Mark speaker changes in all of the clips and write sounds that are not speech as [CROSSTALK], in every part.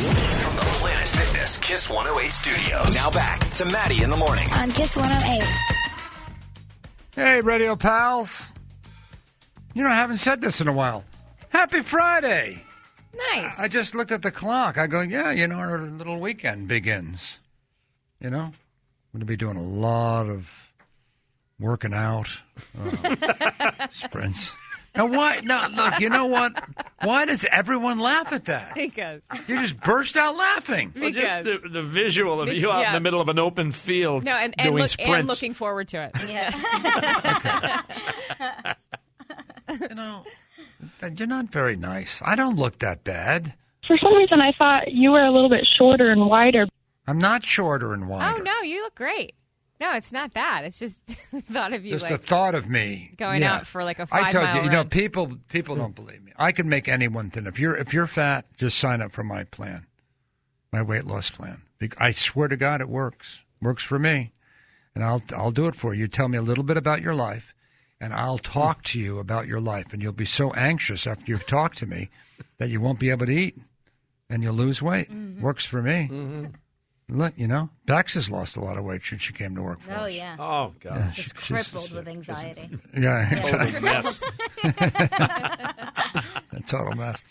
Speaker 1: From the Planet Fitness Kiss 108 studios. Now back to Maddie in the morning.
Speaker 2: on Kiss 108.
Speaker 3: Hey, radio pals. You know, I haven't said this in a while. Happy Friday.
Speaker 2: Nice.
Speaker 3: I just looked at the clock. I go, yeah, you know, our little weekend begins. You know, I'm going to be doing a lot of working out
Speaker 4: [LAUGHS]
Speaker 3: uh, sprints. Now, why? No, look, you know what? Why does everyone laugh at that?
Speaker 4: Because
Speaker 3: You just burst out laughing.
Speaker 5: Well, just
Speaker 4: Because-
Speaker 5: the, the visual of you out in
Speaker 4: yeah.
Speaker 5: the middle of an open field
Speaker 4: no, and and,
Speaker 5: doing
Speaker 4: look,
Speaker 5: sprints.
Speaker 4: and looking forward to it.
Speaker 3: You know, you're not very nice. I don't look that bad.
Speaker 6: For some reason, I thought you were a little bit shorter and wider.
Speaker 3: I'm not shorter and wider.
Speaker 4: Oh no, you look great. No, it's not that. It's just [LAUGHS] the thought of you
Speaker 3: Just
Speaker 4: like
Speaker 3: the thought of me
Speaker 4: going
Speaker 3: yeah.
Speaker 4: out for like a five
Speaker 3: I told
Speaker 4: mile
Speaker 3: you, you know,
Speaker 4: run.
Speaker 3: people people don't believe me. I can make anyone thin. If you're if you're fat, just sign up for my plan, my weight loss plan. Be- I swear to God, it works. Works for me, and I'll I'll do it for you. Tell me a little bit about your life, and I'll talk to you about your life. And you'll be so anxious after you've talked to me that you won't be able to eat, and you'll lose weight.
Speaker 4: Mm-hmm.
Speaker 3: Works for me. Look, you know, Dax has lost a lot of weight since she came to work for
Speaker 2: Oh,
Speaker 3: us.
Speaker 2: yeah.
Speaker 5: Oh
Speaker 3: [LAUGHS]
Speaker 5: gosh.
Speaker 3: She-
Speaker 2: Just
Speaker 3: she's-
Speaker 2: crippled with anxiety.
Speaker 3: yeah, exactly.
Speaker 5: yes.
Speaker 3: A total
Speaker 4: [LAUGHS]
Speaker 3: mess.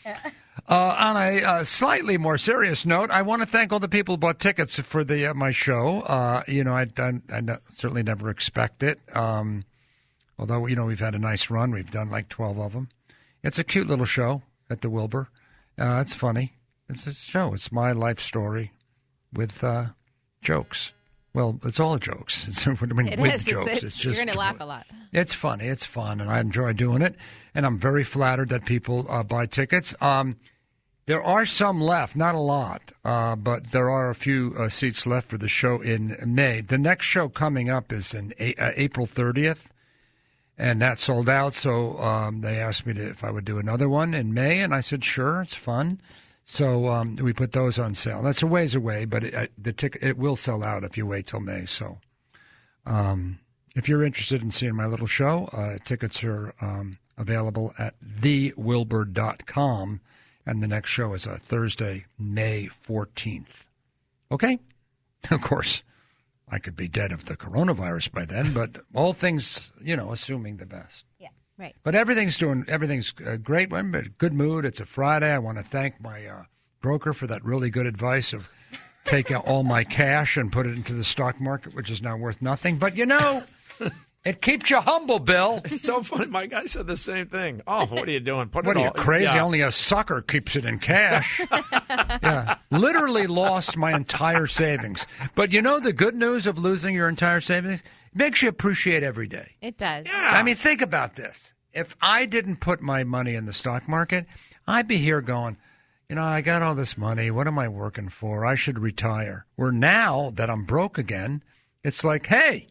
Speaker 3: Uh, on a uh, slightly more serious note, I want to thank all the people who bought tickets for the uh, my show. Uh, you know, I, I, I ne- certainly never expect it. Um, although you know we've had a nice run, we've done like twelve of them. It's a cute little show at the Wilbur. Uh, it's funny. It's a show. It's my life story with uh, jokes. Well, it's all jokes. [LAUGHS] It's, I mean,
Speaker 4: It
Speaker 3: with
Speaker 4: is. It's-
Speaker 3: jokes.
Speaker 4: it's-
Speaker 3: just
Speaker 4: you're going to laugh
Speaker 3: jokes.
Speaker 4: a lot.
Speaker 3: It's funny. It's fun, and I enjoy doing it. And I'm very flattered that people uh, buy tickets. Um, there are some left, not a lot, uh, but there are a few uh, seats left for the show in May. The next show coming up is in a- uh, April 30th, and that sold out. So um, they asked me to, if I would do another one in May, and I said sure. It's fun. So um, we put those on sale. That's a ways away, but it, uh, the ticket it will sell out if you wait till May. So if you're interested in seeing my little show, uh, tickets are um, available at thewilbur.com. And the next show is uh, Thursday, May 14th. Okay? [LAUGHS] Of course, I could be dead of the coronavirus by then, but all things, you know, assuming the best.
Speaker 2: Yeah, right.
Speaker 3: But everything's doing everything's uh, great. I'm in a good mood. It's a Friday. I want to thank my uh, broker for that really good advice of take out all my cash and put it into the stock market, which is now worth nothing. But you know, it keeps you humble, Bill.
Speaker 5: It's so funny. My guy said the same thing. Oh, what are you doing? Put
Speaker 3: What
Speaker 5: it
Speaker 3: are you
Speaker 5: all-
Speaker 3: crazy?
Speaker 5: Yeah.
Speaker 3: Only a sucker keeps it in cash. yeah, literally lost my entire savings. But you know the good news of losing your entire savings it makes you appreciate every day.
Speaker 4: It does.
Speaker 3: I mean, think about this. If I didn't put my money in the stock market, I'd be here going, you know, I got all this money. What am I working for? I should retire. Where now that I'm broke again, it's like, hey,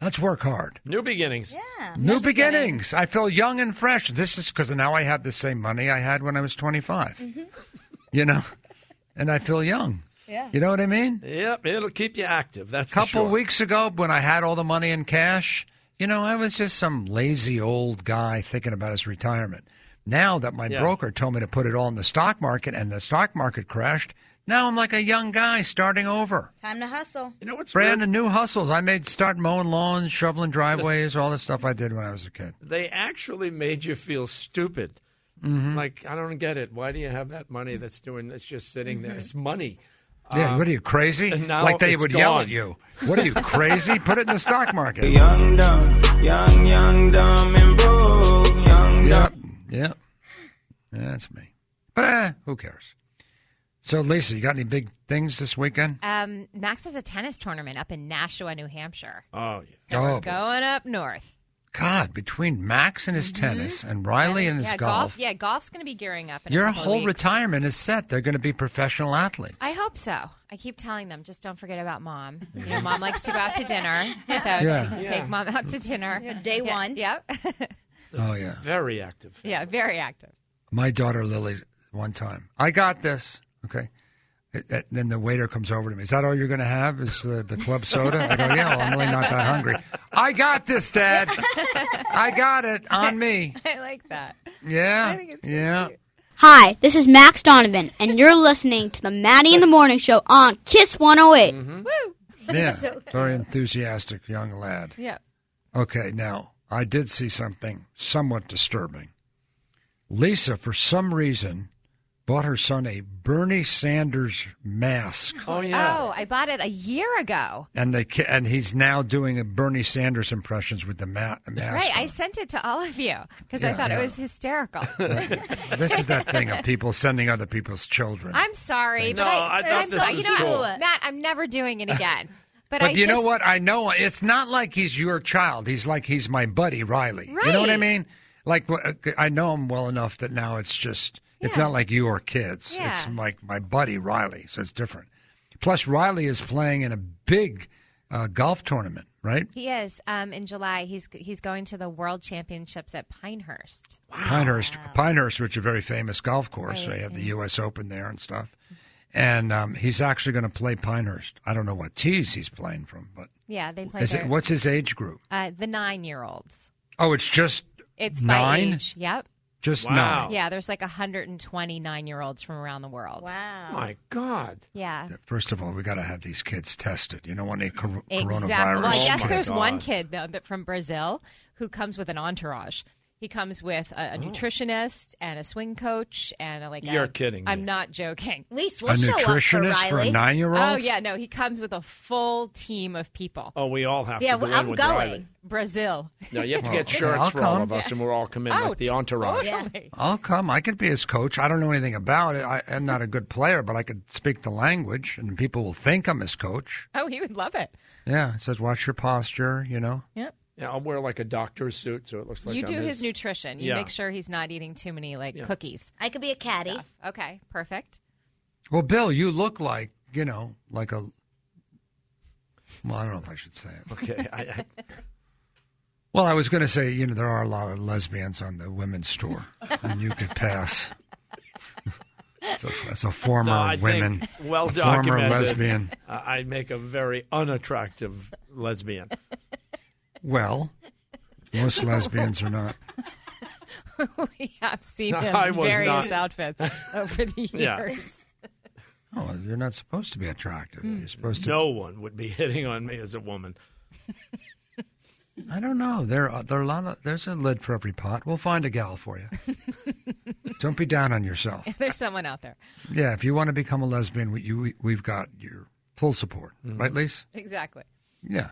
Speaker 3: let's work hard.
Speaker 5: New beginnings.
Speaker 2: Yeah.
Speaker 3: New beginnings. I feel young and fresh. This is because now I have the same money I had when I was 25. You know, and I feel young.
Speaker 2: Yeah.
Speaker 3: You know what I mean?
Speaker 5: Yep, it'll keep you active. That's
Speaker 3: couple
Speaker 5: for sure.
Speaker 3: weeks ago when I had all the money in cash, you know, I was just some lazy old guy thinking about his retirement. Now that my
Speaker 5: Yeah.
Speaker 3: broker told me to put it all in the stock market and the stock market crashed, now I'm like a young guy starting over.
Speaker 2: Time to hustle.
Speaker 5: You know what's
Speaker 3: Brandon, new hustles. I made start mowing lawns, shoveling driveways, all the stuff I did when I was a kid.
Speaker 5: weird? They actually made you feel stupid.
Speaker 3: Mm-hmm.
Speaker 5: Like I don't get it. Why do you have that money that's doing that's just sitting
Speaker 4: Mm-hmm.
Speaker 5: there? It's money.
Speaker 3: Yeah, what are you crazy?
Speaker 5: Um, and now
Speaker 3: Like they
Speaker 5: it's
Speaker 3: would yell
Speaker 5: gone.
Speaker 3: at you. What are you crazy? Put it in the stock
Speaker 5: [LAUGHS]
Speaker 3: market.
Speaker 7: Young dumb, young young dumb and broke, young dumb.
Speaker 3: Yep. Yep. That's me. But eh, who cares? So, Lisa, you got any big things this weekend?
Speaker 4: Um, Max has a tennis tournament up in Nashua, New Hampshire.
Speaker 5: Oh, yeah.
Speaker 3: Oh,
Speaker 4: Going up north.
Speaker 3: God, between Max and his tennis and Riley and his
Speaker 4: Mm-hmm. yeah,
Speaker 3: golf,
Speaker 4: Yeah, golf's going to be gearing up. In a
Speaker 3: your
Speaker 4: couple of
Speaker 3: whole
Speaker 4: weeks.
Speaker 3: retirement is set. They're going to be professional athletes.
Speaker 4: I hope so. I keep telling them, just don't forget about mom. You know, mom likes to go out to dinner,
Speaker 3: [LAUGHS]
Speaker 4: so
Speaker 3: Yeah.
Speaker 4: take, take mom out to dinner.
Speaker 2: [LAUGHS] Day one.
Speaker 4: Yep. [LAUGHS]
Speaker 3: oh, yeah.
Speaker 5: very active.
Speaker 4: yeah, very active.
Speaker 3: My daughter Lily, one time, I got this. Okay. It- it- then the waiter comes over to me. Is that all you're going to have? Is the, the club soda? I go, yeah, well, I'm really not that hungry. I got this, Dad. I got it on me.
Speaker 4: I like that.
Speaker 3: Yeah.
Speaker 4: think it's so [LAUGHS]
Speaker 3: yeah.
Speaker 8: Hi, this is Max Donovan, and you're listening to the Maddie in the Morning Show on Kiss 108.
Speaker 3: Yeah, very enthusiastic young lad.
Speaker 2: Yeah.
Speaker 3: Okay, now I did see something somewhat disturbing. Lisa, for some reason, bought her son a Bernie Sanders mask,
Speaker 5: Oh yeah.
Speaker 4: Oh, I bought it a year ago.
Speaker 3: and they ca- and he's now doing a Bernie Sanders impressions with the ma- mask.
Speaker 4: Right, I sent it to all of you because I
Speaker 3: Yeah,
Speaker 4: thought
Speaker 3: yeah.
Speaker 4: it was hysterical.
Speaker 3: on. This is that thing
Speaker 4: [LAUGHS]
Speaker 3: of people sending other people's children.
Speaker 4: I'm sorry.
Speaker 5: No,
Speaker 4: but
Speaker 5: I thought
Speaker 4: I'm
Speaker 5: this
Speaker 4: sorry.
Speaker 5: was
Speaker 4: you know,
Speaker 5: cool.
Speaker 4: what, Matt, I'm never doing it again. But,
Speaker 3: but
Speaker 4: I
Speaker 3: you know
Speaker 4: just-
Speaker 3: what? I know it's not like he's your child. He's like he's my buddy Riley. You know what I
Speaker 4: Right.
Speaker 3: mean? Like wh- I know him well enough that now it's just it's
Speaker 4: Yeah.
Speaker 3: not like you or kids. It's
Speaker 4: Yeah.
Speaker 3: like my buddy Riley, so it's different. Plus, Riley is playing in a big uh, golf tournament, right?
Speaker 4: He is um, in July. He's he's going to the World Championships at Pinehurst.
Speaker 3: Pinehurst, Pinehurst, which is a very famous golf course. They have the U.S. Open there and stuff. And um, he's actually going to play Pinehurst. I don't know what tees he's playing from, but
Speaker 4: Yeah, they play.
Speaker 3: is
Speaker 4: there.
Speaker 3: it, what's his age group?
Speaker 4: Uh, the nine-year-olds.
Speaker 3: Oh, it's just
Speaker 4: It's
Speaker 3: Nine? Oh.
Speaker 4: by age. Yep.
Speaker 3: just
Speaker 5: Wow.
Speaker 3: nine.
Speaker 4: Yeah, there's like 129 year olds from around the world.
Speaker 2: Wow.
Speaker 5: My God.
Speaker 4: Yeah.
Speaker 3: First of all, we got to have these kids tested. You don't want any cor-
Speaker 4: Exactly.
Speaker 3: coronavirus.
Speaker 4: Well, I
Speaker 5: Oh
Speaker 4: guess
Speaker 5: my
Speaker 4: there's one
Speaker 5: God.
Speaker 4: kid though that from Brazil who comes with an entourage. He comes with a, a nutritionist and a swing coach and a, like. a-
Speaker 5: Oh. You're kidding me.
Speaker 4: I'm not joking.
Speaker 2: At least
Speaker 3: a
Speaker 2: we'll show up for
Speaker 3: nutritionist
Speaker 2: Riley.
Speaker 3: for, a nine-year-old.
Speaker 4: Oh yeah, no, he comes with a full team of people.
Speaker 5: Oh, we all have
Speaker 2: yeah,
Speaker 5: to go
Speaker 2: well,
Speaker 5: in
Speaker 2: I'm
Speaker 5: with
Speaker 2: going.
Speaker 5: Riley.
Speaker 4: Brazil.
Speaker 5: No, you have to get
Speaker 3: Well,
Speaker 5: shirts
Speaker 3: I'll
Speaker 5: for all
Speaker 3: come.
Speaker 5: of us, and we're all coming
Speaker 4: Oh,
Speaker 5: like the entourage.
Speaker 4: Totally.
Speaker 3: I'll come. I could be his coach. I don't know anything about it. I am not a good player, but I could speak the language, and people will think I'm his coach.
Speaker 4: Oh, he would love it.
Speaker 3: Yeah, it says watch your posture. You know.
Speaker 4: Yep.
Speaker 5: Yeah, I'll wear like a doctor's suit, so it looks like
Speaker 4: you
Speaker 5: I'm
Speaker 4: do his nutrition. You
Speaker 5: Yeah.
Speaker 4: make sure he's not eating too many like cookies.
Speaker 2: I could be a caddy.
Speaker 4: Okay, perfect. [LAUGHS]
Speaker 3: Well, Bill, you look like you know, like a. Well, I don't know if I should say it.
Speaker 5: [LAUGHS] Okay,
Speaker 3: [LAUGHS]
Speaker 5: I, I,
Speaker 3: Well, I was going to say, you know, there are a lot of lesbians on the women's tour, and you could pass. So, as a former
Speaker 5: no, I
Speaker 3: women,
Speaker 5: think well
Speaker 3: former
Speaker 5: documented.
Speaker 3: lesbian.
Speaker 5: Uh, I make a very unattractive lesbian.
Speaker 3: Well, most
Speaker 5: [LAUGHS]
Speaker 3: lesbians are not.
Speaker 4: we have seen
Speaker 5: No,
Speaker 4: him
Speaker 5: [LAUGHS] I
Speaker 4: in
Speaker 5: was
Speaker 4: various
Speaker 5: not. [LAUGHS]
Speaker 4: outfits over the years. [LAUGHS]
Speaker 5: Yeah.
Speaker 3: Oh, you're not supposed to be attractive. You're supposed to.
Speaker 5: Hmm. No one would be hitting on me as a woman.
Speaker 3: I don't know. There, are, there are a lot of. There's a lid for every pot. We'll find a gal for
Speaker 5: [LAUGHS]
Speaker 3: you. don't be down on yourself.
Speaker 4: There's someone out there.
Speaker 3: Yeah, if you want to become a lesbian, we, you, we, we've got your full support, right, Lise?
Speaker 4: Exactly.
Speaker 3: Yeah,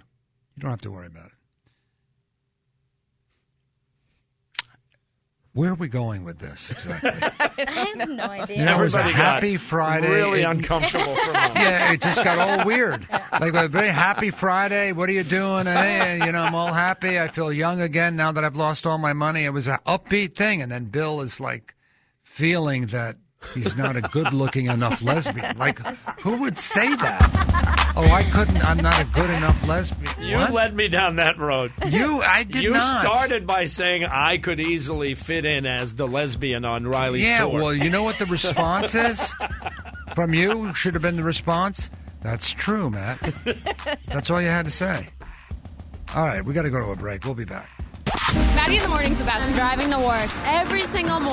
Speaker 3: you don't have to worry about it. Where are we going with this
Speaker 5: [LAUGHS]
Speaker 3: exactly?
Speaker 2: I have no [LAUGHS] idea.
Speaker 3: You know, it was a
Speaker 5: Everybody got
Speaker 3: happy Friday.
Speaker 5: Really
Speaker 3: It-
Speaker 5: uncomfortable for
Speaker 3: [LAUGHS]
Speaker 5: a moment.
Speaker 3: yeah, it just got all weird. Like a very happy Friday. What are you doing? And, eh, you know, I'm all happy. I feel young again now that I've lost all my money. It was an upbeat thing, and then Bill is like feeling that he's not a good-looking enough lesbian. Like, who would say that? Oh, I couldn't. I'm not a good enough lesbian.
Speaker 5: You
Speaker 3: What?
Speaker 5: led me down that road.
Speaker 3: you. I did
Speaker 5: You
Speaker 3: not.
Speaker 5: started by saying I could easily fit in as the lesbian on Riley's
Speaker 3: Yeah.
Speaker 5: tour.
Speaker 3: Well, you know what the response is from you should have been the response. That's true, Matt. That's all you had to say. All right, we got to go to a break. We'll be back.
Speaker 9: Maddie in the morning's the best. I'm driving to work every single morning.